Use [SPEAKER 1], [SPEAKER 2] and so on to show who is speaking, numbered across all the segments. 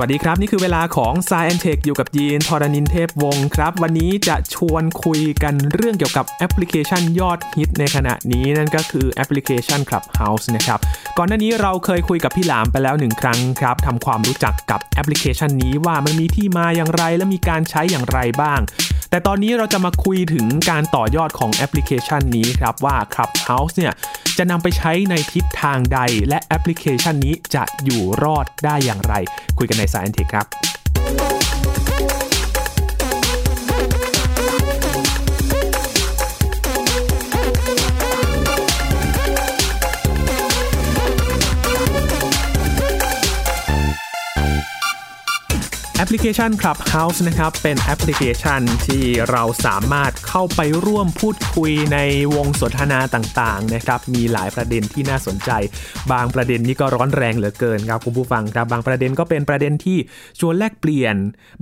[SPEAKER 1] วัสดีครับ นี่คือเวลาของ s ซเอนเทคอยู่กับยีนทรณินเทพวงศ์ครับ วันนี้จะชวนคุยกันเรื่องเกี่ยวกับแอปพลิเคชันยอดฮิตในขณะนี้นั่นก็คือแอปพลิเคชัน Clubhouse นะครับ ก่อนหน้านี้เราเคยคุยกับพี่หลามไปแล้วหนึ่งครั้งครับทำความรู้จักกับแอปพลิเคชันนี้ว่ามันมีที่มาอย่างไรและมีการใช้อย่างไรบ้าง แต่ตอนนี้เราจะมาคุยถึงการต่อยอดของแอปพลิเคชันนี้ครับว่า Clubhouse เนี่ยจะนำไปใช้ในทิศทางใด และแอปพลิเคชันนี้จะอยู่รอดได้อย่างไร คุยกันในสายอันเทคครับ แอปพลิเคชัน Clubhouse นะครับ เป็นแอปพลิเคชันที่เราสามารถเข้าไปร่วมพูดคุยในวงสนทนาต่างๆนะครับ มีหลายประเด็นที่น่าสนใจ บางประเด็นนี่ก็ร้อนแรงเหลือเกินครับคุณผู้ฟังครับ บางประเด็นก็เป็นประเด็นที่ชวนแลกเปลี่ยน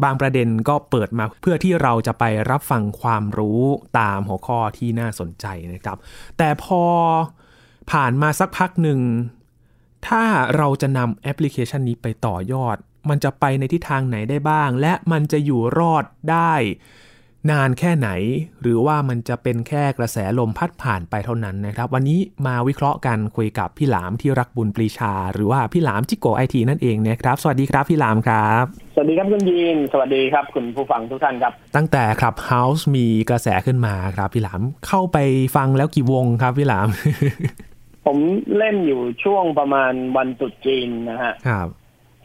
[SPEAKER 1] บางประเด็นก็เปิดมาเพื่อที่เราจะไปรับฟังความรู้ตามหัวข้อที่น่าสนใจนะครับ แต่พอผ่านมาสักพักหนึ่ง ถ้าเราจะนำแอปพลิเคชันนี้ไปต่อยอด มันจะไปในทิศทางไหนได้บ้าง และมันจะอยู่รอดได้ นานแค่ไหน หรือว่ามันจะเป็นแค่กระแสลมพัดผ่านไปเท่านั้นนะครับ วันนี้มาวิเคราะห์กันคุยกับพี่หลามที่รักบุญปรีชา หรือว่าพี่หลามจิโกไอทีนั่นเองนะครับ สวัสดีครับพี่หลามครับ
[SPEAKER 2] สวัสดีครับคุณยีน สวัสดีครับ คุณผู้ฟังทุกท่านครับ
[SPEAKER 1] ตั้งแต่ครับ House มีกระแสขึ้นมาครับพี่หลามเข้าไปฟังแล้วกี่วงครับพี่หลาม
[SPEAKER 2] ผมเล่นอยู่ช่วงประมาณวันตรุษจีนนะฮะ
[SPEAKER 1] ครับ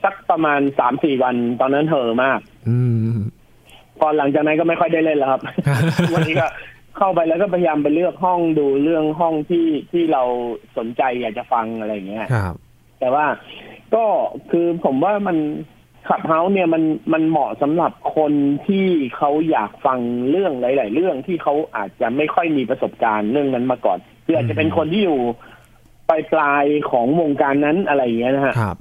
[SPEAKER 2] สักประมาณสามสี่วันตอนนั้นเห่อะมาก
[SPEAKER 1] อืม
[SPEAKER 2] พอหลังจากนั้นก็ไม่ค่อยได้เล่นแล้วครับ วันนี้ก็เข้าไปแล้วก็พยายามไปเลือกห้องดูเรื่องห้องที่ที่เราสนใจอยากจะฟังอะไรอย่างเงี้ย
[SPEAKER 1] ครับ
[SPEAKER 2] แต่ว่าก็คือผมว่ามันขับเฮาเนี่ยมันมันเหมาะสำหรับคนที่เขาอยากฟังเรื่องหลาย ๆ เรื่องที่เขาอาจจะไม่ค่อยมีประสบการณ์เรื่องนั้นมาก่อนคืออาจจะเป็นคนที่อยู่ปลายปลายๆของวงการนั้นอะไรอย่างเงี้ยนะฮะ
[SPEAKER 1] ครับ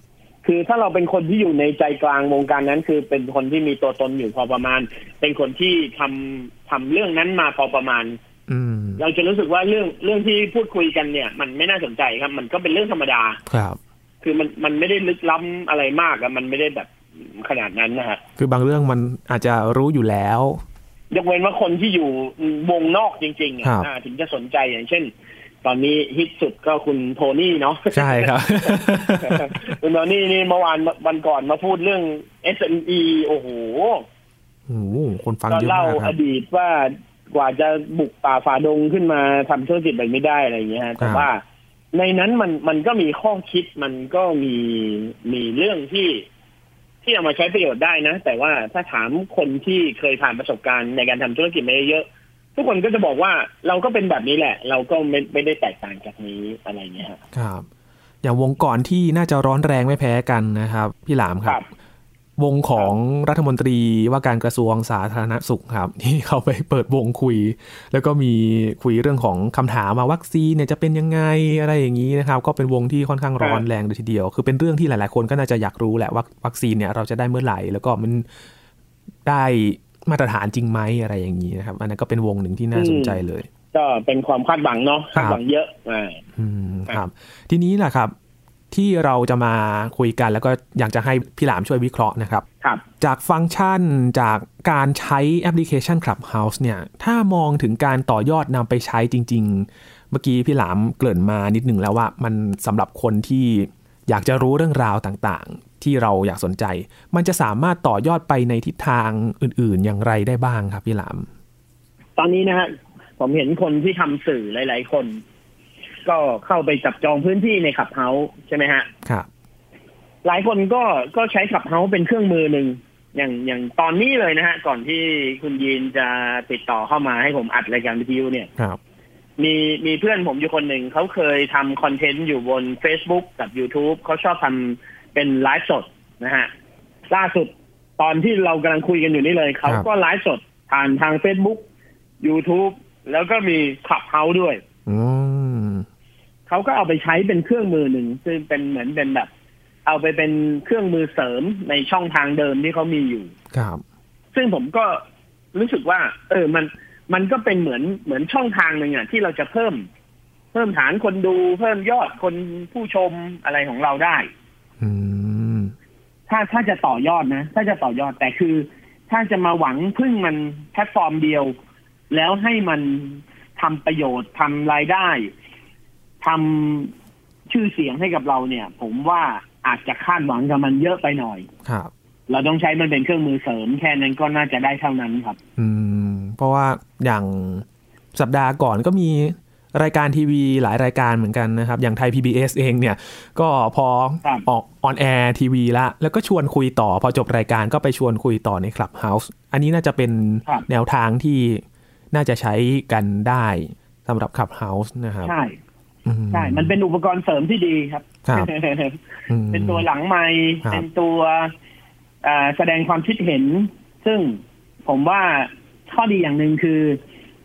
[SPEAKER 2] คือถ้าเราเป็นคนที่อยู่ในใจกลางวงการนั้น คือเป็นคนที่มีตัวตนอยู่พอประมาณ เป็นคนที่ทำทำเรื่องนั้นมาพอประมาณ
[SPEAKER 1] อืม
[SPEAKER 2] เราจะรู้สึกว่าเรื่องเรื่องที่พูดคุยกันเนี่ย มันไม่น่าสนใจครับ มันก็เป็นเรื่องธรรมดา
[SPEAKER 1] ครับ
[SPEAKER 2] คือมันมันไม่ได้ลึกล้ำอะไรมากอะมันไม่ได้แบบขนาดนั้นนะฮะ
[SPEAKER 1] คือบางเรื่องมันอาจจะรู้อยู่แล้ว
[SPEAKER 2] ยกเว้นว่าคนที่อยู่วงนอกจริงๆอะ
[SPEAKER 1] ครับ
[SPEAKER 2] อ่าถึงจะสนใจอย่างเช่น ตอนนี้ฮิตสุดก็คุณโทนี่เนาะ
[SPEAKER 1] ใช่ครับ
[SPEAKER 2] คุณโทนี่นี่เมื่อวานวันก่อนมาพูดเรื่อง SME โอ้โห
[SPEAKER 1] โอ้โหคนฟัง
[SPEAKER 2] ก็
[SPEAKER 1] เยอะ
[SPEAKER 2] เล่าม
[SPEAKER 1] ากค
[SPEAKER 2] อ
[SPEAKER 1] รับ
[SPEAKER 2] ดีตว่ากว่าจะบุกป่าฝ่าดงขึ้นมาทำธุรกิจแบบไม่ได้อะไรอย่างเงี้ยฮะแต่
[SPEAKER 1] ครับ
[SPEAKER 2] ว่าในนั้นมันมันก็มีข้อคิดมันก็มีมีเรื่องที่ ที่เอามาใช้ประโยชน์ได้นะ แต่ว่าถ้าถามคนที่เคยผ่านประสบการณ์ในการทำธุรกิจมาเยอะๆทุกคนก็จะบอกว่าเราก็เป็นแบบนี้แหละ เราก็ไม่ไม่ได้แตกต่างจากนี้อะไรเงี้ยฮะ
[SPEAKER 1] ครับ อย่างวงก่อนที่น่าจะร้อนแรงไม่แพ้กันนะครับ พี่หลามครับ วงของรัฐมนตรีว่าการกระทรวงสาธารณสุขครับ ที่เขาไปเปิดวงคุย แล้วก็มีคุยเรื่องของคำถามมาวัคซีนเนี่ยจะเป็นยังไงอะไรอย่างนี้นะครับ ก็เป็นวงที่ค่อนข้างร้อน
[SPEAKER 2] ครับ
[SPEAKER 1] แรงเลยทีเดียว คือเป็นเรื่องที่หลาย ๆ คนก็น่าจะอยากรู้แหละว่าวัคซีนเนี่ยเราจะได้เมื่อไหร่แล้วก็มันได้มาตรฐานจริงไหมอะไรอย่างนี้นะครับ อันนั้นก็เป็นวงหนึ่งที่น่าสนใจเลย
[SPEAKER 2] ก็เป็นความคาดหวังเนาะ
[SPEAKER 1] ครับ
[SPEAKER 2] คาดหวังเยอะอ่า
[SPEAKER 1] อืมค
[SPEAKER 2] ครั
[SPEAKER 1] รับ
[SPEAKER 2] บ
[SPEAKER 1] ทีนี้แหละครับ ที่เราจะมาคุยกันแล้วก็อยากจะให้พี่หลามช่วยวิเคราะห์นะครับ
[SPEAKER 2] ครับ
[SPEAKER 1] จากฟังก์ชันจากการใช้แอปพลิเคชัน Clubhouse เนี่ย ถ้ามองถึงการต่อยอดนำไปใช้จริง ๆ เมื่อกี้พี่หลามเกริ่นมานิดหนึ่งแล้วว่ามันสำหรับคนที่อยากจะรู้เรื่องราวต่างๆ ที่เราอยากสนใจ มันจะสามารถต่อยอดไปในทิศทางอื่นๆ อย่างไรได้บ้างครับพี่หลาม
[SPEAKER 2] ตอนนี้นะฮะผมเห็นคนที่ทำสื่อหลาย ๆ คน ก็เข้าไปจับจองพื้นที่ในขับเฮาส์ใช่ไหมฮะ
[SPEAKER 1] ครับ
[SPEAKER 2] หลายคนก็ก็ใช้ขับเฮาส์เป็นเครื่องมือหนึ่งอย่างอย่างตอนนี้เลยนะฮะ ก่อนที่คุณยีนจะติดต่อเข้ามาให้ผมอัดรายการวิทยุเนี่ย
[SPEAKER 1] ครับ
[SPEAKER 2] มีมีเพื่อนผมอยู่คนหนึ่งเขาเคยทำคอนเทนต์อยู่บน Facebook กับ YouTube เขาชอบทำเป็นไลฟ์สดนะฮะ ล่าสุดตอนที่เรากำลังคุยกันอยู่นี่เลย เขาก็ไลฟ์สดผ่านทาง Facebook YouTube แล้วก็มีขับเฮาด้วย
[SPEAKER 1] อืม
[SPEAKER 2] เขาก็เอาไปใช้เป็นเครื่องมือหนึ่ง ซึ่งเป็นเหมือนเป็นแบบ เอาไปเป็นเครื่องมือเสริมในช่องทางเดิมที่เขามีอยู่
[SPEAKER 1] ครับ
[SPEAKER 2] ซึ่งผมก็รู้สึกว่า เออมันมันก็เป็นเหมือนเหมือนช่องทางหนึ่งอ่ะที่เราจะเพิ่ม เพิ่มฐานคนดูเพิ่มยอดคนผู้ชมอะไรของเราได้
[SPEAKER 1] อืม
[SPEAKER 2] ถ้าถ้าจะต่อยอดนะ ถ้าจะต่อยอดแต่คือ ถ้าจะมาหวังพึ่งมันแพลตฟอร์มเดียว แล้วให้มันทำประโยชน์ทำรายได้ทำชื่อเสียงให้กับเราเนี่ย ผมว่าอาจจะคาดหวังกับมันเยอะไปหน่อย
[SPEAKER 1] ครับ
[SPEAKER 2] เราต้องใช้มันเป็นเครื่องมือเสริม แค่นั้นก็น่าจะได้เท่านั้นครับ
[SPEAKER 1] อืม เพราะว่าอย่างสัปดาห์ก่อนก็มีรายการทีวีหลายรายการเหมือนกันนะครับ อย่างไทย PBS เองเนี่ย ก็พอ
[SPEAKER 2] ครับ
[SPEAKER 1] ออกออนแอร์ทีวีละแล้วก็ชวนคุยต่อ พอจบรายการก็ไปชวนคุยต่อในคลับเฮาส์อันนี้น่าจะเป็น
[SPEAKER 2] ครับ
[SPEAKER 1] แนวทางที่น่าจะใช้กันได้สำหรับคลับเฮาส์นะครับ
[SPEAKER 2] ใช่
[SPEAKER 1] อื
[SPEAKER 2] ใช่ มันเป็นอุปกรณ์เสริมที่ดีครับ
[SPEAKER 1] ครับอืม
[SPEAKER 2] เป็นตัวหลังไมค์
[SPEAKER 1] ครับ
[SPEAKER 2] เป็นตัวเอ่อแสดงความคิดเห็น ซึ่งผมว่าข้อดีอย่างหนึ่งคือ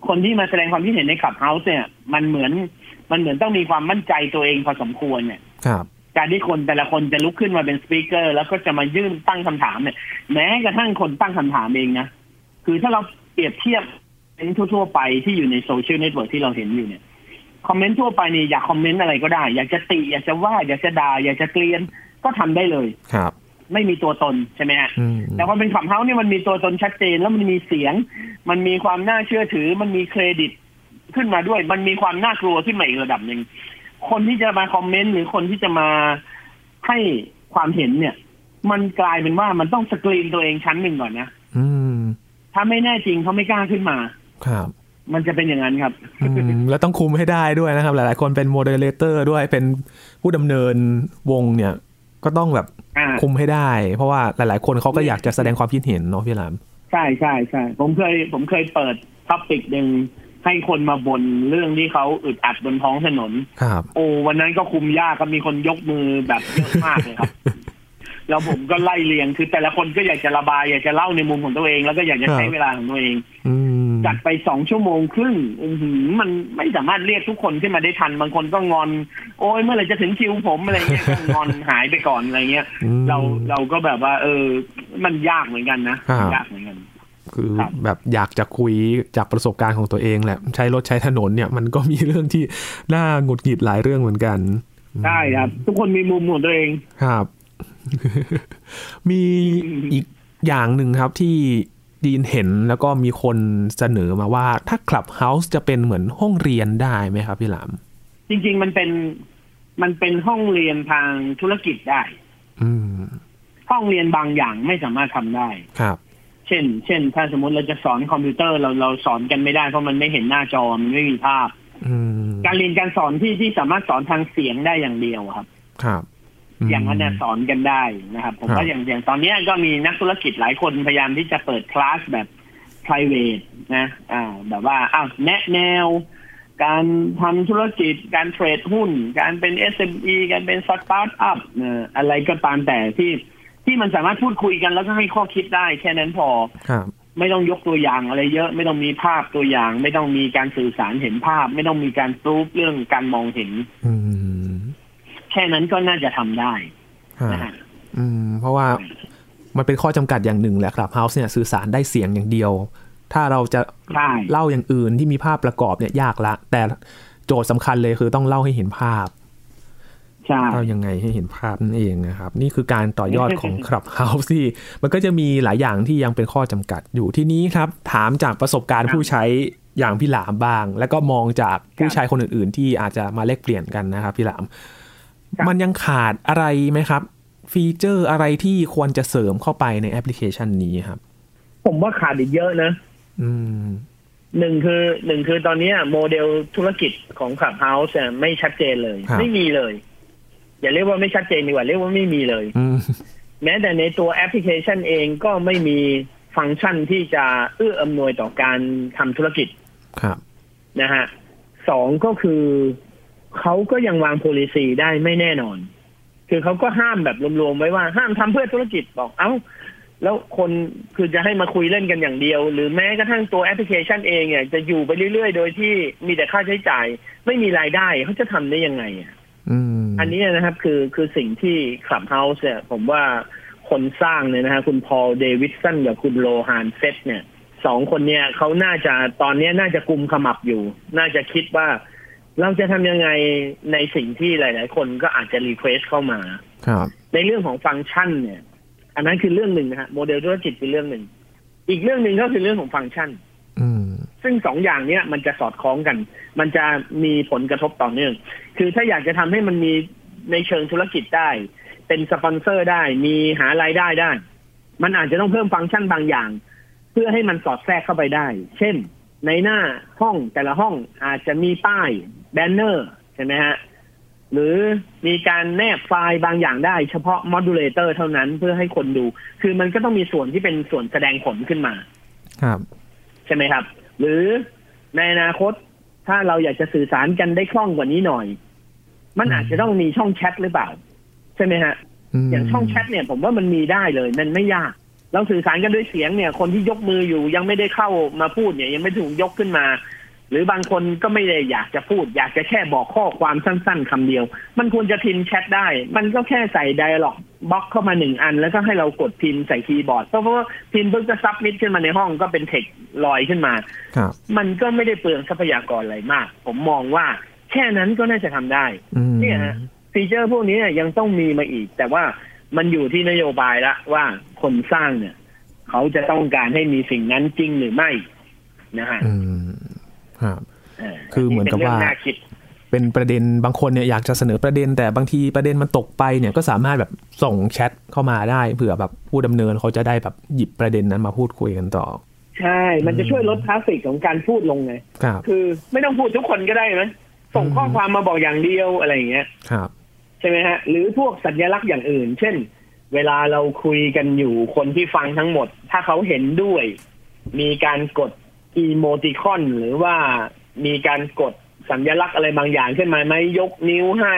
[SPEAKER 2] คนที่มาแสดงความคิดเห็นในขับเฮาส์เนี่ย มันเหมือน มันเหมือนต้องมีความมั่นใจตัวเองพอสมควรเนี่ย
[SPEAKER 1] ครับ
[SPEAKER 2] การที่คนแต่ละคนจะลุกขึ้นมาเป็นสปีกเกอร์ แล้วก็จะมายื่นตั้งคำถามเนี่ย แม้กระทั่งคนตั้งคำถามเองนะ คือถ้าเราเปรียบเทียบเป็นทั่ว ๆ ไปที่อยู่ในโซเชียลเน็ตเวิร์กที่เราเห็นอยู่เนี่ย คอมเมนต์ทั่วไปนี่อยากคอมเมนต์อะไรก็ได้ อยากจะติ อยากจะว่า อยากจะด่า อยากจะเกลียน ก็ทำได้เลย
[SPEAKER 1] ครับ
[SPEAKER 2] ไม่มีตัวตนใช่ไหมฮะ
[SPEAKER 1] อืม
[SPEAKER 2] แต่พอเป็นขับเฮ้าส์เนี่ยมันมีตัวตนชัดเจน แล้วมันมีเสียง มันมีความน่าเชื่อถือ มันมีเครดิตขึ้นมาด้วย มันมีความน่ากลัวขึ้นมาอีกระดับหนึ่งคนที่จะมาคอมเมนต์หรือคนที่จะมาให้ความเห็นเนี่ย มันกลายเป็นว่ามันต้องสกรีนตัวเองชั้นหนึ่งก่อนนะ
[SPEAKER 1] อืม
[SPEAKER 2] ถ้าไม่แน่จริงเขาไม่กล้าขึ้นมา
[SPEAKER 1] ครับ
[SPEAKER 2] มันจะเป็นอย่างนั้นครับ
[SPEAKER 1] อืมแล้วต้องคุมให้ได้ด้วยนะครับ หลายๆ คนเป็นโมเดเลเตอร์ด้วยเป็นผู้ดำเนินวงเนี่ย ก็ต้องแบบ
[SPEAKER 2] อ่า
[SPEAKER 1] คุมให้ได้ เพราะว่าหลายๆ คนเขาก็อยากจะแสดงความคิดเห็นเนาะพี่หลาม
[SPEAKER 2] ใช่ใช่ใช่ผมเคย ผมเคยเปิดท็อปิกหนึ่งให้คนมาบนเรื่องที่เขาอึดอัดบนท้องถนน
[SPEAKER 1] ครับ
[SPEAKER 2] โอ้วันนั้นก็คุมยากครับมีคนยกมือแบบเยอะมากเลย ครับ แล้วผมก็ไล่เรียงคือแต่ละคนก็อยากจะระบาย อยากจะเล่าในมุมของตัวเอง แล้วก็อยากจะใช้
[SPEAKER 1] ครับ
[SPEAKER 2] เวลาของตัวเอง
[SPEAKER 1] อืม
[SPEAKER 2] จัดไปสองชั่วโมงครึ่งอื้อหือมันไม่สามารถเรียกทุกคนขึ้นมาได้ทัน บางคนก็งอน โอ้ยเมื่อไหร่จะถึงคิวผมอะไรเงี้ยก็งอน หายไปก่อนอะไรเงี้ย
[SPEAKER 1] อืม
[SPEAKER 2] เราเราก็แบบว่า เออ มันยากเหมือนกันนะครับ ยากเหมือนกัน
[SPEAKER 1] คือ
[SPEAKER 2] ครับ
[SPEAKER 1] แบบอยากจะคุยจากประสบการณ์ของตัวเองแหละ ใช้รถใช้ถนนเนี่ย มันก็มีเรื่องที่น่าหงุดหงิดหลายเรื่องเหมือนกัน
[SPEAKER 2] ใช่ครับ ทุกคนมีมุมของตัวเอง
[SPEAKER 1] ครับ มีอีกอย่างหนึ่งครับที่ดีนเห็นแล้วก็มีคนเสนอมาว่าถ้าคลับเฮาส์จะเป็นเหมือนห้องเรียนได้ไหมครับพี่หลาม
[SPEAKER 2] จริง ๆ มันเป็นมันเป็นห้องเรียนทางธุรกิจได้
[SPEAKER 1] อืม
[SPEAKER 2] ห้องเรียนบางอย่างไม่สามารถทำได้
[SPEAKER 1] ครับ
[SPEAKER 2] เช่น เช่น ถ้าสมมติเราจะสอนคอมพิวเตอร์เราเราสอนกันไม่ได้เพราะมันไม่เห็นหน้าจอมันไม่มีภาพ
[SPEAKER 1] อืม
[SPEAKER 2] การเรียนการสอนที่ที่สามารถสอนทางเสียงได้อย่างเดียวครับ
[SPEAKER 1] ครับ
[SPEAKER 2] อย่างนั้น
[SPEAKER 1] เนี่
[SPEAKER 2] น่ะสอนกันได้นะครับ ผมว่าอย่างอย่างตอนเนี้ยก็มีนักธุรกิจหลายคนพยายามที่จะเปิดคลาสแบบ p r i v a t นะ อ่า แบบว่าอ้าวแนะแนว การทำธุรกิจ การเทรดหุ้น การเป็น SME การเป็นสตาร์ทอัพอะไรก็ตามแต่ที่ที่มันสามารถพูดคุยกันแล้วก็ให้ข้อคิดได้แค่นั้นพอ
[SPEAKER 1] ครับ
[SPEAKER 2] ไม่ต้องยกตัวอย่างอะไรเยอะ ไม่ต้องมีภาพตัวอย่าง ไม่ต้องมีการสื่อสารเห็นภาพ ไม่ต้องมีการปรูฟเรื่องการมองเห็น
[SPEAKER 1] อืม
[SPEAKER 2] แค่นั้นก็น่าจะทำได้
[SPEAKER 1] อ่า
[SPEAKER 2] นะฮะ
[SPEAKER 1] อืม เพราะว่ามันเป็นข้อจำกัดอย่างหนึ่งแหละครับเฮาส์เนี่ยสื่อสารได้เสียงอย่างเดียว ถ้าเราจะ
[SPEAKER 2] ใช่
[SPEAKER 1] เล่าอย่างอื่นที่มีภาพประกอบเนี่ยยากละ แต่โจทย์สำคัญเลยคือต้องเล่าให้เห็นภาพ
[SPEAKER 2] ใช่
[SPEAKER 1] เล่ายังไงให้เห็นภาพนั่นเองนะครับ นี่คือการต่อยอด ของ Clubhouse ที่ มันก็จะมีหลายอย่างที่ยังเป็นข้อจำกัดอยู่ที่นี้ครับ ถามจากประสบการณ์
[SPEAKER 2] ครับ
[SPEAKER 1] ผู้ใช้อย่างพี่หลามบ้าง แล้วก็มองจากผู้
[SPEAKER 2] ครับ
[SPEAKER 1] ใช้คนอื่นๆ ที่อาจจะมาแลกเปลี่ยนกันนะครับพี่หลาม
[SPEAKER 2] ครับ
[SPEAKER 1] มันยังขาดอะไรไหมครับ ฟีเจอร์อะไรที่ควรจะเสริมเข้าไปในแอปพลิเคชันนี้ครับ
[SPEAKER 2] ผมว่าขาดอีกเยอะนะ
[SPEAKER 1] อืม
[SPEAKER 2] หนึ่งคือหนึ่งคือตอนเนี้ยโมเดลธุรกิจของขับเฮาส์ไม่ชัดเจนเลย
[SPEAKER 1] ครับ
[SPEAKER 2] ไม่มีเลย อย่าเรียกว่าไม่ชัดเจนดีกว่าเรียกว่าไม่มีเลย
[SPEAKER 1] อืม
[SPEAKER 2] แม้แต่ในตัวแอปพลิเคชันเองก็ไม่มีฟังก์ชันที่จะเอื้ออำนวยต่อการทำธุรกิจ
[SPEAKER 1] ครับ
[SPEAKER 2] นะฮะสองก็คือเขาก็ยังวาง policy ได้ไม่แน่นอน คือเขาก็ห้ามแบบรวมๆไว้ว่าห้ามทำเพื่อธุรกิจบอกเอ้า แล้วคนคือจะให้มาคุยเล่นกันอย่างเดียว หรือแม้กระทั่งตัวแอปพลิเคชันเองเนี่ยจะอยู่ไปเรื่อยๆ โดยที่มีแต่ค่าใช้จ่าย ไม่มีรายได้เขาจะทำได้ยังไงอะ
[SPEAKER 1] อืม
[SPEAKER 2] อันนี้นะครับคือคือสิ่งที่คลับเฮาส์เนี่ยผมว่าคนสร้างเนี่ยนะฮะคุณพอลเดวิดสันกับคุณโลฮานเซตเนี่ยสองคนเนี่ยเขาน่าจะตอนเนี้ยน่าจะกลุมขมับอยู่ น่าจะคิดว่าเราจะทำยังไงในสิ่งที่หลาย ๆ คนก็อาจจะรีเควสเข้ามา
[SPEAKER 1] ครับ
[SPEAKER 2] ในเรื่องของฟังก์ชันเนี่ย อันนั้นคือเรื่องหนึ่งนะฮะโมเดลธุรกิจคือเรื่องหนึ่ง อีกเรื่องหนึ่งก็คือเรื่องของฟังก์ชัน
[SPEAKER 1] อืม
[SPEAKER 2] ซึ่งสองอย่างเนี้ยมันจะสอดคล้องกัน มันจะมีผลกระทบต่อเนื่อง คือถ้าอยากจะทำให้มันมีในเชิงธุรกิจได้ เป็นสปอนเซอร์ได้ มีหารายได้ได้ มันอาจจะต้องเพิ่มฟังก์ชันบางอย่าง เพื่อให้มันสอดแทรกเข้าไปได้ เช่น ในหน้าห้องแต่ละห้องอาจจะมีป้ายแบนเนอร์ใช่ไหมฮะ หรือมีการแนบไฟล์บางอย่างได้ เฉพาะมอดูเลเตอร์เท่านั้นเพื่อให้คนดู คือมันก็ต้องมีส่วนที่เป็นส่วนแสดงผลขึ้นมา
[SPEAKER 1] ครับ
[SPEAKER 2] ใช่ไหมครับ หรือในอนาคตถ้าเราอยากจะสื่อสารกันได้คล่องกว่านี้หน่อย มัน
[SPEAKER 1] อืม
[SPEAKER 2] อาจจะต้องมีช่องแชทหรือเปล่า ใช่ไหมฮะ
[SPEAKER 1] ม
[SPEAKER 2] อย่างช่องแชทเนี่ยผมว่ามันมีได้เลย มันไม่ยาก เราสื่อสารกันด้วยเสียงเนี่ย คนที่ยกมืออยู่ยังไม่ได้เข้ามาพูดเนี่ย ยังไม่ถูกยกขึ้นมา หรือบางคนก็ไม่ได้อยากจะพูด อยากจะแค่บอกข้อความสั้นๆคำเดียว มันควรจะพิมพ์แชทได้ มันก็แค่ใส่ dialog box เข้ามาหนึ่งอัน แล้วก็ให้เรากดพิมพ์ใส่คีย์บอร์ดเพราะว่าพิมพ์เพิ่งจะซับมิดขึ้นมาในห้องก็เป็นเทคลอยขึ้นมา
[SPEAKER 1] ครับ
[SPEAKER 2] มันก็ไม่ได้เปลืองทรัพยากรอะไรมาก ผมมองว่าแค่นั้นก็น่าจะทำได้
[SPEAKER 1] อืม
[SPEAKER 2] เนี่ยฮะ ฟีเจอร์พวกนี้เนี่ยยังต้องมีมาอีก แต่ว่ามันอยู่ที่นโยบายละว่าคนสร้างเนี่ย เขาจะต้องการให้มีสิ่งนั้นจริงหรือไม่นะฮะ
[SPEAKER 1] อืมครับ
[SPEAKER 2] เ
[SPEAKER 1] คือเหมือนกับว่า
[SPEAKER 2] ป็รื่งน่คิด
[SPEAKER 1] เป็นประเด็นบางคนเนี่ยอยากจะเสนอประเด็น แต่บางทีประเด็นมันตกไปเนี่ยก็สามารถแบบส่งแชทเข้ามาได้เผื่อแบบผู้ดำเนินเขาจะได้แบบหยิบประเด็นนั้นมาพูดคุยกันต่อ
[SPEAKER 2] ใช่ มันจะช่วยลดทราฟฟิกของการพูดลงไง
[SPEAKER 1] ครับ
[SPEAKER 2] คือไม่ต้องพูดทุกคนก็ได้ไหมส่งข้อ
[SPEAKER 1] อืม
[SPEAKER 2] ความมาบอกอย่างเดียวอะไรอย่างเงี้ย
[SPEAKER 1] ครับ
[SPEAKER 2] ใช่ไหมฮะ หรือพวกสัญลักษณ์อย่างอื่น เช่น เวลาเราคุยกันอยู่คนที่ฟังทั้งหมด ถ้าเขาเห็นด้วย มีการกดอีโมติคอน หรือว่ามีการกดสัญลักษณ์อะไรบางอย่างขึ้นมาไหมยกนิ้วให้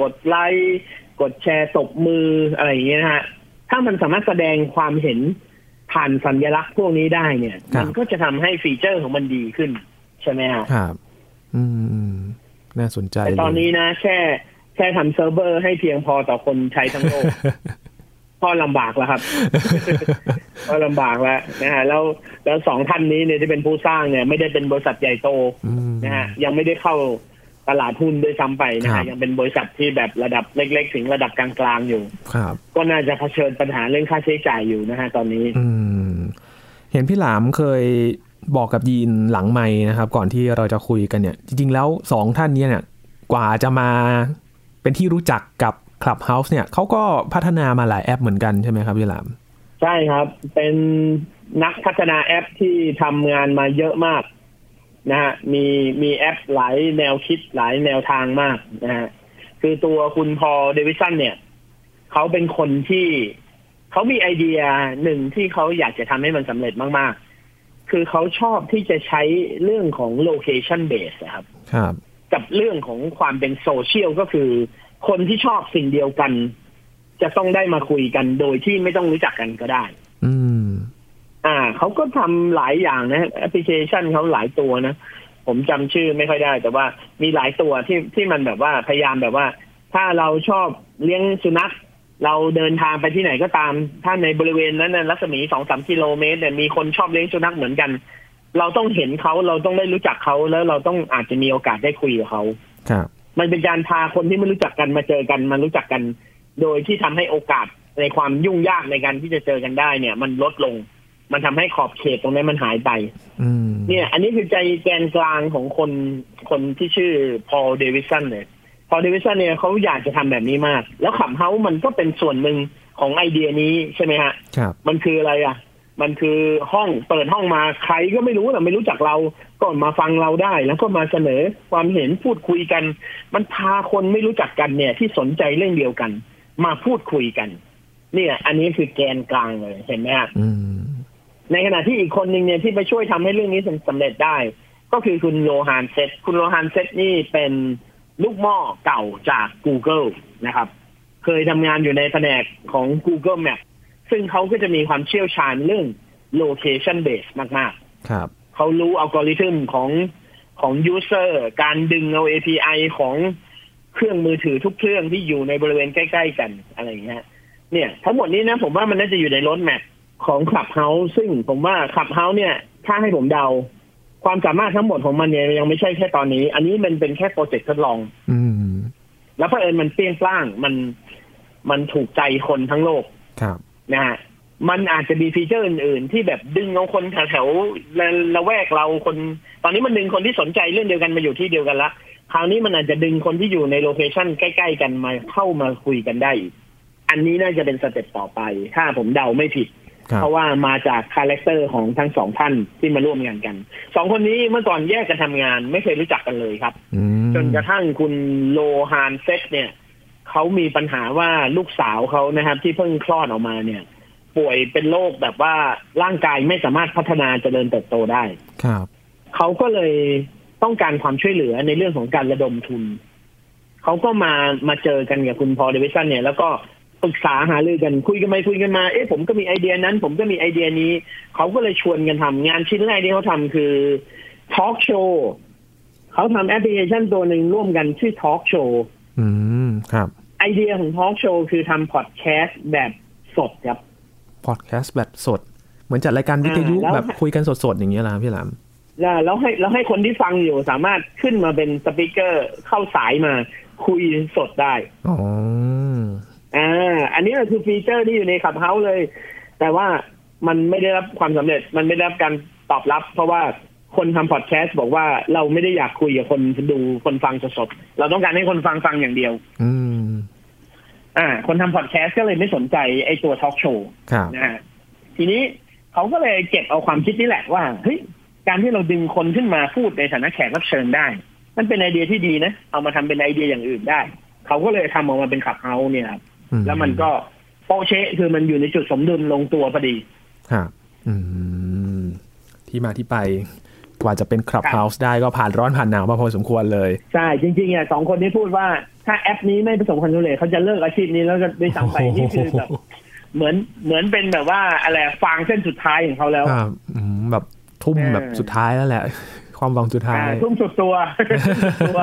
[SPEAKER 2] กดไลค์กดแชร์ตบมืออะไรอย่างเงี้ยนะฮะ ถ้ามันสามารถแสดงความเห็นผ่านสัญลักษณ์พวกนี้ได้เนี่ย
[SPEAKER 1] ครับ
[SPEAKER 2] มัก็จะทำให้ฟีเจอร์ของมันดีขึ้น ใช่ไหมฮะ
[SPEAKER 1] ครับ อืมน่าสน ใจ
[SPEAKER 2] แต่ตอนนี้
[SPEAKER 1] เลย
[SPEAKER 2] นะแค่แค่ทำเซิร์ฟเวอร์ให้เพียงพอต่อคนใช้ทั้งโลก ก็ลำบากแล้ว ครับ ก็ลำบากแล้วนะฮะแล้วแล้วสองท่านนี้เนี่ยที่เป็นผู้สร้างเนี่ยไม่ได้เป็นบริษัทใหญ่โต
[SPEAKER 1] อืม
[SPEAKER 2] นะฮะยังไม่ได้เข้าตลาดหุ้นด้วยซ้ำไปนะ
[SPEAKER 1] ครั
[SPEAKER 2] ฮะ
[SPEAKER 1] บ
[SPEAKER 2] ยังเป็นบริษัทที่แบบระดับเล็ก ๆ ถึงระดับกลางๆอยู่
[SPEAKER 1] ครับ
[SPEAKER 2] ก็น่าจะเผชิญปัญหาเรื่องค่าใช้จ่ายอยู่นะฮะตอนนี้
[SPEAKER 1] อืม เห็นพี่หลามเคยบอกกับยีนหลังไม้นะครับ ก่อนที่เราจะคุยกันเนี่ย จริงๆแล้วสองท่านเนี้เนี่ยกว่าจะมาเป็นที่รู้จักกับ Clubhouse เนี่ยเขาก็พัฒนามาหลายแอปเหมือนกันใช่ไหมครับพี่หลาม
[SPEAKER 2] ใช่ครับ เป็นนักพัฒนาแอปที่ทำงานมาเยอะมากนะฮะ มีมีแอปหลายแนวคิดหลายแนวทางมากนะฮะ คือตัวคุณพอลเดวิสันเนี่ย เขาเป็นคนที่เขามีไอเดียหนึ่งที่เขาอยากจะทำให้มันสำเร็จมากๆ คือเขาชอบที่จะใช้เรื่องของ location base นะครับ
[SPEAKER 1] ครับ
[SPEAKER 2] กับเรื่องของความเป็นโซเชียลก็คือ คนที่ชอบสิ่งเดียวกัน จะต้องได้มาคุยกันโดยที่ไม่ต้องรู้จักกันก็ได้
[SPEAKER 1] อืม
[SPEAKER 2] อ่าเขาก็ทำหลายอย่างนะแอปพลิเคชันเขาหลายตัวนะ ผมจำชื่อไม่ค่อยได้ แต่ว่ามีหลายตัวที่ที่มันแบบว่าพยายามแบบว่า ถ้าเราชอบเลี้ยงสุนัข เราเดินทางไปที่ไหนก็ตาม ถ้าในบริเวณนั้นนะรัศมีสองสามกิโลเมตรเนี่ยมีคนชอบเลี้ยงสุนัขเหมือนกัน เราต้องเห็นเขาเราต้องได้รู้จักเขาแล้วเราต้องอาจจะมีโอกาสได้คุยกับเขา
[SPEAKER 1] ครับ
[SPEAKER 2] มันเป็นการพาคนที่ไม่รู้จักกันมาเจอกันมารู้จักกัน โดยที่ทำให้โอกาสในความยุ่งยากในการที่จะเจอกันได้เนี่ย มันลดลง มันทำให้ขอบเขตตรงนี้นมันหายไป
[SPEAKER 1] อืม
[SPEAKER 2] เนี่ย อันนี้คือใจแกนกลางของคนคนที่ชื่อพอลเดวิสันเนี่ยพอลเดวิสันเนี่ยเขาอยากจะทำแบบนี้มาก แล้วขับเฮ้ามันก็เป็นส่วนหนึ่งของไอเดียนี้ใช่ไหมฮะ
[SPEAKER 1] ครับ
[SPEAKER 2] มันคืออะไรอ่ะ มันคือห้องเปิดห้องมาใครก็ไม่รู้นะไม่รู้จักเราก็มาฟังเราได้ แล้วก็มาเสนอความเห็นพูดคุยกัน มันพาคนไม่รู้จักกันเนี่ย ที่สนใจเรื่องเดียวกัน มาพูดคุยกัน เนี่ย อันนี้คือแกนกลางเลยเห็นไหมฮะ
[SPEAKER 1] อืม
[SPEAKER 2] ในขณะที่อีกคนหนึ่งเนี่ยที่ไปช่วยทำให้เรื่องนี้สำเร็จได้ ก็คือคุณโลฮานเซตคุณโลฮานเซตนี่เป็นลูกหม้อเก่าจาก Google นะครับ เคยทำงานอยู่ในแผนกของ Google Map ซึ่งเขาก็จะมีความเชี่ยวชาญเรื่อง location base มาก
[SPEAKER 1] ครับ
[SPEAKER 2] ๆ เขารู้อัลกอริทึมของของ user การดึงเอา API ของเครื่องมือถือทุกเครื่องที่อยู่ในบริเวณใกล้ ๆ กันอะไรอย่างเงี้ย เนี่ย ทั้งหมดนี้นะผมว่ามันน่าจะอยู่ในรถแมพของ Clubhouse ซึ่งผมว่า Clubhouse เนี่ย ถ้าให้ผมเดา ความสามารถทั้งหมดของมันเนี่ยยังไม่ใช่แค่ตอนนี้ อันนี้มันเป็นแค่โปรเจกต์ทดลอง
[SPEAKER 1] อืม
[SPEAKER 2] แล้วเผอิญมันเปรี้ยงปร้างมันมันถูกใจคนทั้งโลก
[SPEAKER 1] ครับ
[SPEAKER 2] นะฮะมันอาจจะมีฟีเจอร์อื่น ๆ ที่แบบดึงเอาคนแถวๆละละแวกเราคน ตอนนี้มันดึงคนที่สนใจเรื่องเดียวกันมาอยู่ที่เดียวกันละคราวนี้มันอาจจะดึงคนที่อยู่ในโลเคชันใกล้ ๆ กันมาเข้ามาคุยกันได้อีกอันนี้น่าจะเป็นสเต็ปต่อไป ถ้าผมเดาไม่ผิด
[SPEAKER 1] ครับ
[SPEAKER 2] เพราะว่ามาจากคาแรคเตอร์ของทั้งสองท่านที่มาร่วมงานกันสองคนนี้เมื่อก่อนแยกกันทำงาน ไม่เคยรู้จักกันเลยครับ
[SPEAKER 1] อืม
[SPEAKER 2] จนกระทั่งคุณโลฮานเซตเนี่ยเขามีปัญหาว่าลูกสาวเขานะครับ ที่เพิ่งคลอดออกมาเนี่ย ป่วยเป็นโรคแบบว่าร่างกายไม่สามารถพัฒนาเจริญเติบโตได้
[SPEAKER 1] ครับ
[SPEAKER 2] เขาก็เลยต้องการความช่วยเหลือในเรื่องของการระดมทุน เขาก็มามาเจอกันกับคุณพอลเดวิสันเนี่ย แล้วก็ปรึกษาหารือกันคุยกันไปคุยกันมา เอ๊ะผมก็มีไอเดียนั้น ผมก็มีไอเดียนี้ เขาก็เลยชวนกันทำงานชิ้นแรกที่เขาทำคือทอล์กโชว์เขาทำแอปพลิเคชันตัวหนึ่งร่วมกันชื่อทอล์กโชว์
[SPEAKER 1] อืมครับ
[SPEAKER 2] ไอเดียของทอล์กโชว์คือทำพอดแคสต์แบบสดครับ
[SPEAKER 1] พอดแคสต์แบบสด เหมือนจัดรายการวิทยุ
[SPEAKER 2] อ่าแล้ว
[SPEAKER 1] แบบคุยกันสดๆอย่างเงี้ยเหรอครับพี่หลาม
[SPEAKER 2] แล้วแล้วให้แล้วให้คนที่ฟังอยู่สามารถขึ้นมาเป็นสปิเกอร์เข้าสายมาคุยสดได้
[SPEAKER 1] อ๋อ
[SPEAKER 2] อ่า อันนี้ก็คือฟีเจอร์ที่อยู่ในขับเฮาเลย แต่ว่ามันไม่ได้รับความสำเร็จ มันไม่ได้รับการตอบรับ เพราะว่าคนทำพอดแคสต์บอกว่าเราไม่ได้อยากคุยกับคนดูคนฟังสดๆ เราต้องการให้คนฟังฟังอย่างเดียว
[SPEAKER 1] อืม
[SPEAKER 2] อ่า คนทำพอดแคสต์ก็เลยไม่สนใจไอ้ตัวทอล์กโชว์
[SPEAKER 1] ครับ
[SPEAKER 2] นะฮะ ทีนี้เขาก็เลยเก็บเอาความคิดนี่แหละว่า เฮ้ย การที่เราดึงคนขึ้นมาพูดในฐานะแขกรับเชิญได้ มันเป็นไอเดียที่ดีนะ เอามาทำเป็นไอเดียอย่างอื่นได้ เขาก็เลยทำออกมาเป็นขับเฮาเนี่ยครับ
[SPEAKER 1] อื
[SPEAKER 2] แล้วมันก็โปะเชะคือมันอยู่ในจุดสมดุลลงตัวพอดี
[SPEAKER 1] ครับอืมที่มาที่ไปกว่าจะเป็นคลับ
[SPEAKER 2] ครับ
[SPEAKER 1] เฮาส์ได้ก็ผ่านร้อนผ่านหนาวมาพอสมควรเลย
[SPEAKER 2] ใช่จริงๆอ่ะสองคนนี้พูดว่าถ้าแอปนี้ไม่ประสบความสำเร็จเขาจะเลิกอาชีพนี้แล้วก็ด้วยซ้ำไป
[SPEAKER 1] โอ้โห
[SPEAKER 2] นี่คือแบบเหมือนเหมือนเป็นแบบว่าอะไรฟางเส้นสุดท้ายของเขาแล้ว
[SPEAKER 1] อ่าอืมแบบทุ่ม
[SPEAKER 2] เออ
[SPEAKER 1] แบบสุดท้ายแล้วแหละ ความหวังสุดท้าย
[SPEAKER 2] อ่าทุ่มสุด ตัวตัว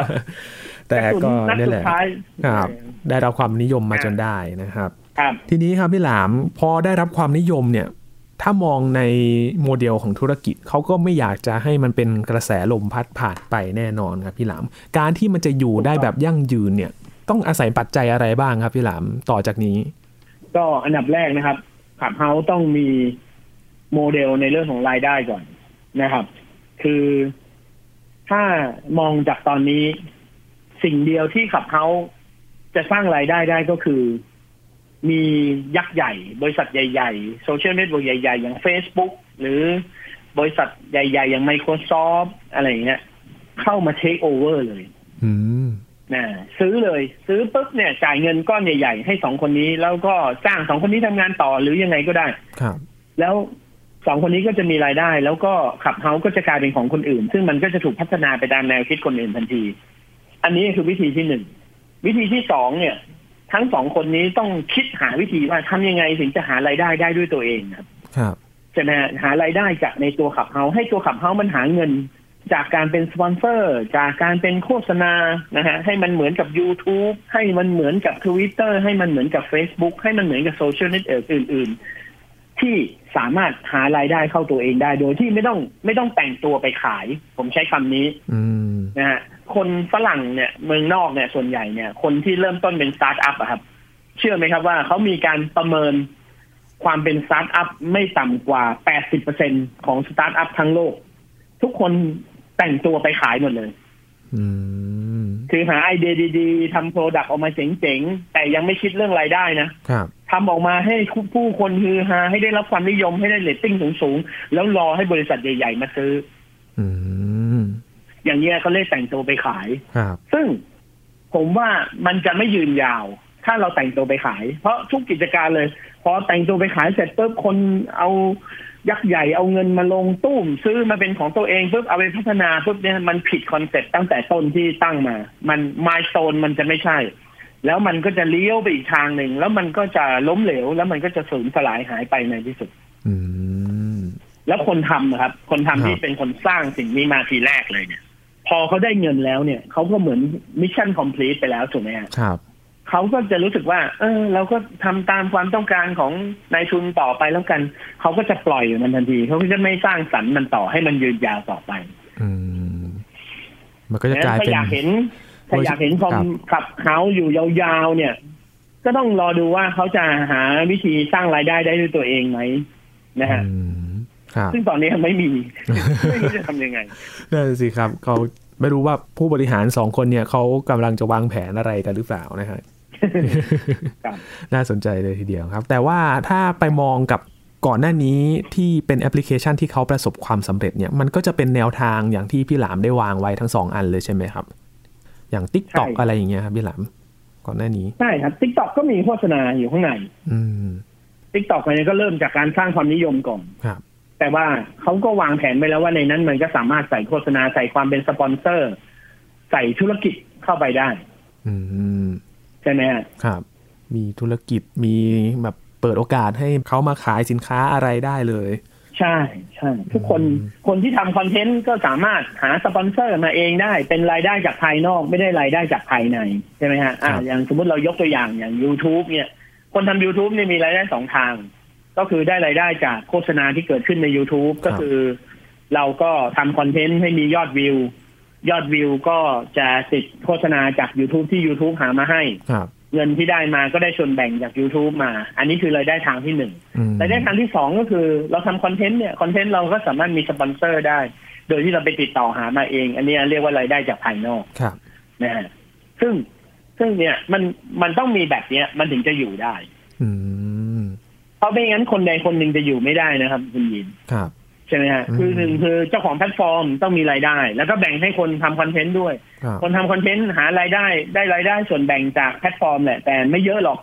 [SPEAKER 1] แต่ก็
[SPEAKER 2] ระสุนัด
[SPEAKER 1] นี่
[SPEAKER 2] สุ
[SPEAKER 1] แห
[SPEAKER 2] ด
[SPEAKER 1] ละ
[SPEAKER 2] ท้าย
[SPEAKER 1] ครับ
[SPEAKER 2] เออ
[SPEAKER 1] ได้รับความนิยมมาจนได้นะครับ
[SPEAKER 2] ครับ
[SPEAKER 1] ทีนี้ครับพี่หลามพอได้รับความนิยมเนี่ย ถ้ามองในโมเดลของธุรกิจเขาก็ไม่อยากจะให้มันเป็นกระแสลมพัดผ่านไปแน่นอนครับพี่หลาม การที่มันจะอยู่ได้แบบยั่งยืนเนี่ย ต้องอาศัยปัจจัยอะไรบ้างครับพี่หลามต่อจากนี้
[SPEAKER 2] ก็อันดับแรกนะครับขับเฮาต้องมีโมเดลในเรื่องของรายได้ก่อนนะครับ คือถ้ามองจากตอนนี้ สิ่งเดียวที่ขับเฮาจะสร้างรายได้ได้ก็คือ มียักษ์ใหญ่ บริษัทใหญ่ๆโซเชียลเน็ตเวิร์กใหญ่ ๆ อย่าง Facebook หรือบริษัทใหญ่ ๆ อย่าง Microsoft อะไรอย่างเงี้ย เข้ามาเทคโอเวอร์เลย
[SPEAKER 1] อืม
[SPEAKER 2] นะซื้อเลยซื้อปุ๊บเนี่ยจ่ายเงินก้อนใหญ่ ๆ ให้สองคนนี้ แล้วก็จ้างสองคนนี้ทำงานต่อหรือยังไงก็ได้
[SPEAKER 1] ครับ
[SPEAKER 2] แล้วสองคนนี้ก็จะมีรายได้ แล้วก็ขับเฮาก็จะกลายเป็นของคนอื่น ซึ่งมันก็จะถูกพัฒนาไปตามแนวคิดคนอื่นทันที อันนี้คือวิธีที่หนึ่งวิธีที่สองเนี่ย ทั้งสองคนนี้ต้องคิดหาวิธีว่าทำยังไงถึงจะหารายได้ได้ด้วยตัวเองครับ
[SPEAKER 1] ครับ
[SPEAKER 2] จะนะหารายได้จากในตัวขับเฮาให้ตัวขับเฮามันหาเงิน จากการเป็นสปอนเซอร์ จากการเป็นโฆษณานะฮะให้มันเหมือนกับ YouTube ให้มันเหมือนกับ Twitter ให้มันเหมือนกับ Facebook ให้มันเหมือนกับโซเชียลเน็ตเวิร์กอื่น ๆ ที่สามารถหารายได้เข้าตัวเองได้โดยที่ไม่ต้องไม่ต้องแต่งตัวไปขาย ผมใช้คำนี้
[SPEAKER 1] อืม
[SPEAKER 2] นะฮะคนฝรั่งเนี่ยเมืองนอกเนี่ยส่วนใหญ่เนี่ย คนที่เริ่มต้นเป็นสตาร์ทอัพอะครับ เชื่อไหมครับว่าเขามีการประเมินความเป็นสตาร์ทอัพไม่ต่ำกว่า 80%ของสตาร์ทอัพทั้งโลก ทุกคนแต่งตัวไปขายหมดเลย
[SPEAKER 1] อืม
[SPEAKER 2] คือหาไอเดียดีๆทำโปรดักต์ออกมาเจ๋งๆ แต่ยังไม่คิดเรื่องรายได้นะ
[SPEAKER 1] ครับ
[SPEAKER 2] ทำออกมาให้ผู้คนฮือฮาให้ได้รับความนิยมให้ได้เรตติ้งสูงๆ แล้วรอให้บริษัทใหญ่ๆ มาซื้อ
[SPEAKER 1] อืม
[SPEAKER 2] อย่างเงี้ยเขาเรียกแต่งตัวไปขาย
[SPEAKER 1] ครับ
[SPEAKER 2] ซึ่งผมว่ามันจะไม่ยืนยาว ถ้าเราแต่งตัวไปขาย เพราะทุกกิจการเลย พอแต่งตัวไปขายเสร็จปุ๊บคนเอายักษ์ใหญ่เอาเงินมาลงตุ้ม ซื้อมาเป็นของตัวเองปุ๊บเอาไปพัฒนาปุ๊บเนี่ยมันผิดคอนเซ็ปต์ตั้งแต่ต้นที่ตั้งมา มันมายโซนมันจะไม่ใช่ แล้วมันก็จะเลี้ยวไปอีกทางหนึ่ง แล้วมันก็จะล้มเหลว แล้วมันก็จะสูญสลายหายไปในที่สุด
[SPEAKER 1] อืม
[SPEAKER 2] แล้วคนทำนะครับ คน
[SPEAKER 1] ค
[SPEAKER 2] ทำที่
[SPEAKER 1] รับ
[SPEAKER 2] เป็นคนสร้างสิ่งนี้มาทีแรกเลยเนี่ย พอเขาได้เงินแล้วเนี่ยเขาก็เหมือนมิชชั่นคอมพลีทไปแล้วถูกไหมฮะ
[SPEAKER 1] ครับ
[SPEAKER 2] เขาก็จะรู้สึกว่า เออ เราก็ทำตามความต้องการของนายทุนต่อไปแล้วกัน เขาก็จะปล่อยมันทันที เขาก็จะไม่สร้างสรรค์มันต่อให้มันยืนยาวต่อไป
[SPEAKER 1] อืมมันก็จะกลาย
[SPEAKER 2] ถ้า
[SPEAKER 1] เป็น
[SPEAKER 2] อยากเห็นถ้าอยากเห็นคอม
[SPEAKER 1] ครับ
[SPEAKER 2] ขับเขาอยู่ยาวๆเนี่ย ก็ต้องรอดูว่าเขาจะหาวิธีสร้างรายได้ได้ด้วยตัวเองไหมนะฮะ
[SPEAKER 1] อืมครับ
[SPEAKER 2] ซึ่งตอนนี้ไม่ มี ไม่รู้จะทำยังไง
[SPEAKER 1] นั่นสิครับเขาไม่รู้ว่าผู้บริหารสองคนเนี่ยเขากำลังจะวางแผนอะไรกันหรือเปล่านะฮะ
[SPEAKER 2] ครับ
[SPEAKER 1] น่าสนใจเลยทีเดียวครับ แต่ว่าถ้าไปมองกับก่อนหน้านี้ที่เป็นแอปพลิเคชันที่เขาประสบความสำเร็จเนี่ยมันก็จะเป็นแนวทางอย่างที่พี่หลามได้วางไว้ทั้งสองอันเลยใช่ไหมครับ อย่าง t ิ k t o k
[SPEAKER 2] ใช่
[SPEAKER 1] อะไรอย่างเงี้ยครับพี่หลามก่อนหน้านี้
[SPEAKER 2] ใช่ครับทิกตอกก็มีโฆษณาอยู่ข้างใน
[SPEAKER 1] อืม
[SPEAKER 2] ทิกตอกเนี่ยก็เริ่มจากการสร้างความนิยมก่อน
[SPEAKER 1] ครับ
[SPEAKER 2] แต่ว่าเขาก็วางแผนไปแล้วว่าในนั้นมันก็สามารถใส่โฆษณาใส่ความเป็นสปอนเซอร์ ใส่ธุรกิจเข้าไปได้
[SPEAKER 1] อืม
[SPEAKER 2] ใช่ไหมฮะ
[SPEAKER 1] ครับ มีธุรกิจมีแบบเปิดโอกาสให้เขามาขายสินค้าอะไรได้เลย
[SPEAKER 2] ใช่ใช่ทุกคน
[SPEAKER 1] อืม
[SPEAKER 2] คนที่ทำคอนเทนต์ก็สามารถหาสปอนเซอร์มาเองได้ เป็นรายได้จากภายนอกไม่ได้รายได้จากภายใน ใช่ไหมฮะอ่ะอย่างสมมติเรายกตัวอย่างอย่าง YouTube เนี่ย คนทำ YouTube เนี่ยมีรายได้สองทาง ก็คือได้รายได้จากโฆษณาที่เกิดขึ้นใน YouTube ก็คือ เราก็ทำคอนเทนต์ให้มียอดวิว ยอดวิวก็จะติดโฆษณาจาก YouTube ที่ YouTube หามาให้
[SPEAKER 1] ครับ
[SPEAKER 2] เงินที่ได้มาก็ได้ส่วนแบ่งจาก YouTube มา อันนี้คือรายได้ทางที่หนึ่ง
[SPEAKER 1] อืม
[SPEAKER 2] รายได้ทางที่สองก็คือเราทำคอนเทนต์เนี่ยคอนเทนต์เราก็สามารถมีสปอนเซอร์ได้ โดยที่เราไปติดต่อหามาเอง อันนี้เรียกว่ารายได้จากภายนอก
[SPEAKER 1] ครับ
[SPEAKER 2] นะฮะซึ่งซึ่งเนี่ยมันมันต้องมีแบบเนี้ยมันถึงจะอยู่ได้
[SPEAKER 1] อืม
[SPEAKER 2] เพราะไม่งั้นคนใดคนหนึ่งจะอยู่ไม่ได้นะครับคุณยิน
[SPEAKER 1] ครับ
[SPEAKER 2] ใช่ไหมฮะ
[SPEAKER 1] อืม
[SPEAKER 2] คือหนึ่งคือเจ้าของแพลตฟอร์มต้องมีรายได้ แล้วก็แบ่งให้คนทำคอนเทนต์ด้วย
[SPEAKER 1] ครับ
[SPEAKER 2] คนทำคอนเทนต์หารายได้ได้รายได้ส่วนแบ่งจากแพลตฟอร์มแหละ แต่ไม่เยอะหรอก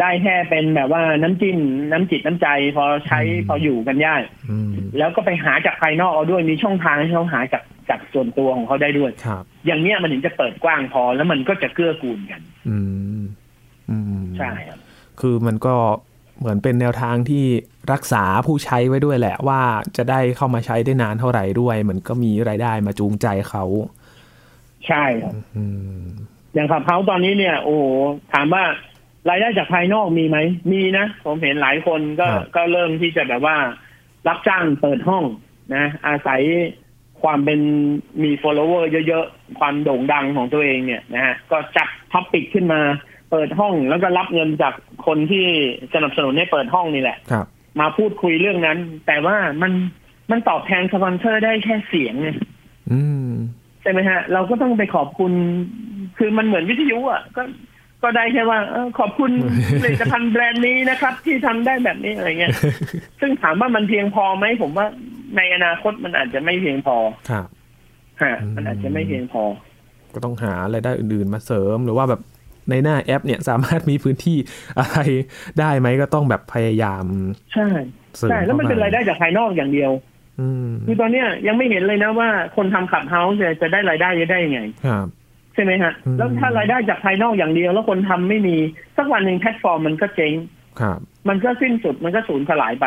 [SPEAKER 2] ได้แค่เป็นแบบว่าน้ำจิ้มน้ำจิตน้ำใจ พอใช้
[SPEAKER 1] อืม
[SPEAKER 2] พออยู่กันได้
[SPEAKER 1] อืม
[SPEAKER 2] แล้วก็ไปหาจากภายนอกเอาด้วยมีช่องทางให้เขาหาจากจากส่วนตัวของเขาได้ด้วย
[SPEAKER 1] ครับ
[SPEAKER 2] อย่างเนี้ยมันถึงจะเปิดกว้างพอแล้วมันก็จะเกื้อกูลกัน
[SPEAKER 1] อืมอืม
[SPEAKER 2] ใช่ครับ
[SPEAKER 1] คือมันก็เหมือนเป็นแนวทางที่รักษาผู้ใช้ไว้ด้วยแหละว่าจะได้เข้ามาใช้ได้นานเท่าไหร่ด้วย มันก็มีรายได้มาจูงใจเขา
[SPEAKER 2] ใช่ครับ
[SPEAKER 1] อืม
[SPEAKER 2] อย่างขับเฮาตอนนี้เนี่ย โอ้โหถามว่ารายได้จากภายนอกมีไหมมีนะผมเห็นหลายคนก็ก็เริ่มที่จะแบบว่า รับจ้างเปิดห้องนะ อาศัยความเป็นมี follower เยอะๆ ความโด่งดังของตัวเองเนี่ยนะฮะก็จับท็อปปิกขึ้นมา เปิดห้องแล้วก็รับเงินจากคนที่สนับสนุนให้เปิดห้องนี่แหละ
[SPEAKER 1] ครับ
[SPEAKER 2] มาพูดคุยเรื่องนั้น แต่ว่ามันมันตอบแทนสปอนเซอร์ได้แค่เสียงไง
[SPEAKER 1] อืม
[SPEAKER 2] ใช่ไหมฮะ เราก็ต้องไปขอบคุณ คือมันเหมือนวิทยุอ่ะก็ก็ได้แค่ว่าเออขอบ คุณผลิตภัณฑ์แบรนด์นี้นะครับ ที่ทำได้แบบนี้อะไรเงี้ยซึ่งถามว่ามันเพียงพอไหมผมว่าในอนาคตมันอาจจะไม่เพียงพอ
[SPEAKER 1] ครับ
[SPEAKER 2] ฮะมันอาจจะไม่เพียงพอ
[SPEAKER 1] ก็ต้องหารายได้อื่นๆมาเสริม หรือว่าแบบในหน้าแอปเนี่ยสามารถมีพื้นที่อะไรได้ไหมก็ต้องแบบพยายาม
[SPEAKER 2] ใช่
[SPEAKER 1] เสริม
[SPEAKER 2] ใช่แล้วมันเป็นรายได้จากภายนอกอย่างเดียว
[SPEAKER 1] อืม
[SPEAKER 2] คือตอนเนี้ยยังไม่เห็นเลยนะว่าคนทำขับเฮาส์จะได้รายได้ได้ยังไง
[SPEAKER 1] ครับ
[SPEAKER 2] ใช่ไหมฮะ
[SPEAKER 1] อืม
[SPEAKER 2] แล้วถ้ารายได้จากภายนอกอย่างเดียว แล้วคนทำไม่มี สักวันหนึ่งแพลตฟอร์มมันก็เจ๊ง
[SPEAKER 1] ครับ
[SPEAKER 2] มันก็สิ้นสุดมันก็สูญสลายไป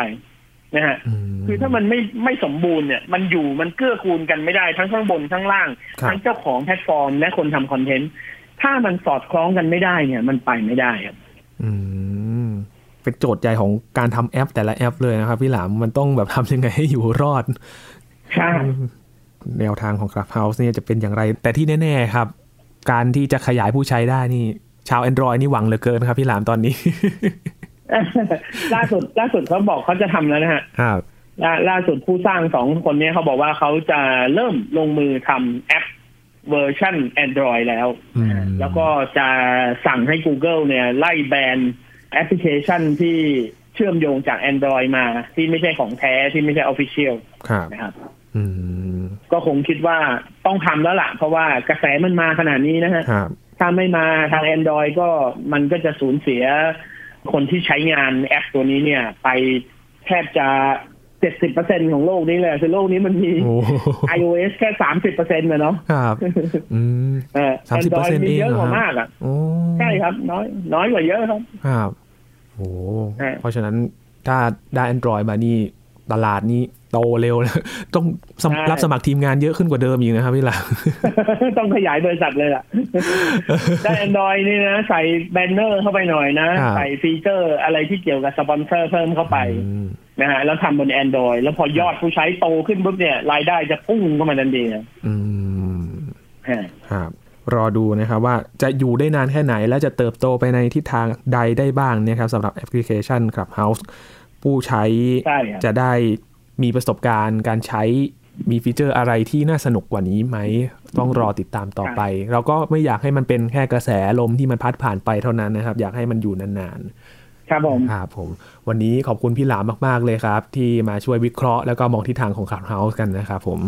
[SPEAKER 2] นะฮะ
[SPEAKER 1] ม
[SPEAKER 2] คือถ้ามันไม่ไม่สมบูรณ์เนี่ย มันอยู่มันเกื้อกูลกันไม่ได้ทั้งข้างบนข้างล่าง
[SPEAKER 1] ครับ
[SPEAKER 2] ทั้งเจ้าของแพลตฟอร์มและคนทำคอนเทนต์ ถ้ามันสอดคล้องกันไม่ได้เนี่ย มันไปไม่ได้ครับ
[SPEAKER 1] อืมเป็นโจทย์ใหญ่ของการทำแอป แต่ละแอปเลยนะครับพี่หลามมันต้องแบบทำยังไงให้อยู่รอด
[SPEAKER 2] ใช่
[SPEAKER 1] แนวทางของ Clubhouse เนี่ยจะเป็นอย่างไร แต่ที่แน่ ๆ ครับ การที่จะขยายผู้ใช้ได้นี่ ชาว Android นี่หวังเหลือเกินครับพี่หลามตอนนี้
[SPEAKER 2] ล่า สุดล่าสุดเขาบอกเขาจะทำแล้วนะฮะ
[SPEAKER 1] ครับ
[SPEAKER 2] ล่าล่าสุดผู้สร้างสองคนเนี้เขาบอกว่าเขาจะเริ่มลงมือทำแอปเวอร์ชัน Android แล้ว
[SPEAKER 1] อืม
[SPEAKER 2] แล้วก็จะสั่งให้ Google เนี่ย ไล่แบนแอปพลิเคชันที่เชื่อมโยงจาก Android มา ที่ไม่ใช่ของแท้ที่ไม่ใช่ Official
[SPEAKER 1] ครับ
[SPEAKER 2] นะครับ
[SPEAKER 1] อืม
[SPEAKER 2] ก็คงคิดว่าต้องทำแล้วล่ะ เพราะว่ากระแสมันมาขนาดนี้นะฮะ
[SPEAKER 1] ครับ
[SPEAKER 2] ถ้าไม่มาทาง Android ก็มันก็จะสูญเสียคนที่ใช้งานแอปตัวนี้เนี่ย ไปแทบจะเจ็ดสิบเปอร์เซ็นของโลกนี้เลยคือโลกนี้มันมี
[SPEAKER 1] โอ้
[SPEAKER 2] iOS แค่สามสิบเปอร์เซ็นต์นะเนาะ
[SPEAKER 1] ครับ อืม
[SPEAKER 2] เออ Android
[SPEAKER 1] 30%
[SPEAKER 2] มีเยอะก
[SPEAKER 1] เองเหรอ
[SPEAKER 2] ว่า
[SPEAKER 1] ฮะ
[SPEAKER 2] มากอ่ะ
[SPEAKER 1] โอ้
[SPEAKER 2] ใช่ครับ น้อย น้อยกว่าเยอะครับ
[SPEAKER 1] ครับโอ้
[SPEAKER 2] ใช่
[SPEAKER 1] เพราะฉะนั้นถ้าได้ Android มานี่ ตลาดนี้โตเร็ว แล้ว ต้องสมรับสมัครทีมงานเยอะขึ้นกว่าเดิมอีกนะครับพี่หลาม
[SPEAKER 2] ต้องขยายบริษัทเลยล่ะ ได้ Android นี่นะ ใส่แบนเนอร์เข้าไปหน่อยนะ
[SPEAKER 1] ครับ
[SPEAKER 2] ใส่ฟีเจอร์อะไรที่เกี่ยวกับสปอนเซอร์เพิ่มเข้าไป
[SPEAKER 1] อืม
[SPEAKER 2] นะฮะ แล้วทำบน Android แล้วพอยอดผู้ใช้โตขึ้นปุ๊บเนี่ย รายได้จะพุ่งเข้ามาทันทีนะ
[SPEAKER 1] อืม
[SPEAKER 2] ฮะ
[SPEAKER 1] ครับ รอดูนะครับว่าจะอยู่ได้นานแค่ไหน และจะเติบโตไปในทิศทางใดได้บ้างเนะครับสำหรับแอปพลิเคชัน Clubhouse ผู้ใช้
[SPEAKER 2] ใช่ครับ
[SPEAKER 1] จะได้มีประสบการณ์การใช้มีฟีเจอร์อะไรที่น่าสนุกกว่านี้ไหม ต้องรอติดตามต่อไป เราก็ไม่อยากให้มันเป็นแค่กระแสลมที่มันพัดผ่านไปเท่านั้นนะครับ อยากให้มันอยู่นานๆ
[SPEAKER 2] ครับผม
[SPEAKER 1] ครับผมวันนี้ขอบคุณพี่หลามมาก ๆ เลยครับ ที่มาช่วยวิเคราะห์แล้วก็มองทิศทางของ Clubhouse กันนะครับผม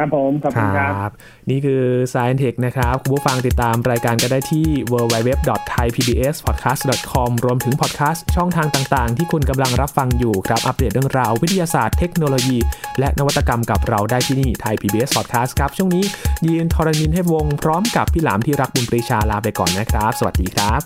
[SPEAKER 2] ครับผม ขอบคุณครับ
[SPEAKER 1] นี่คือ Science Tech นะครับ คุณผู้ฟังติดตามรายการก็ได้ที่ www.thaipbspodcast.com รวมถึงพอดแคาสต์ช่องทางต่างๆ ที่คุณกำลังรับฟังอยู่ครับ อัปเดตเรื่องราววิทยาศาสตร์เทคโนโลยี และนวัตกรรมกับเราได้ที่นี่ Thai PBS Podcast ครับ ช่วงนี้ยีนทรณินเทพวงศ์พร้อมกับพี่หลามที่รักบุญปรีชาลาไปก่อนนะครับ สวัสดีครับ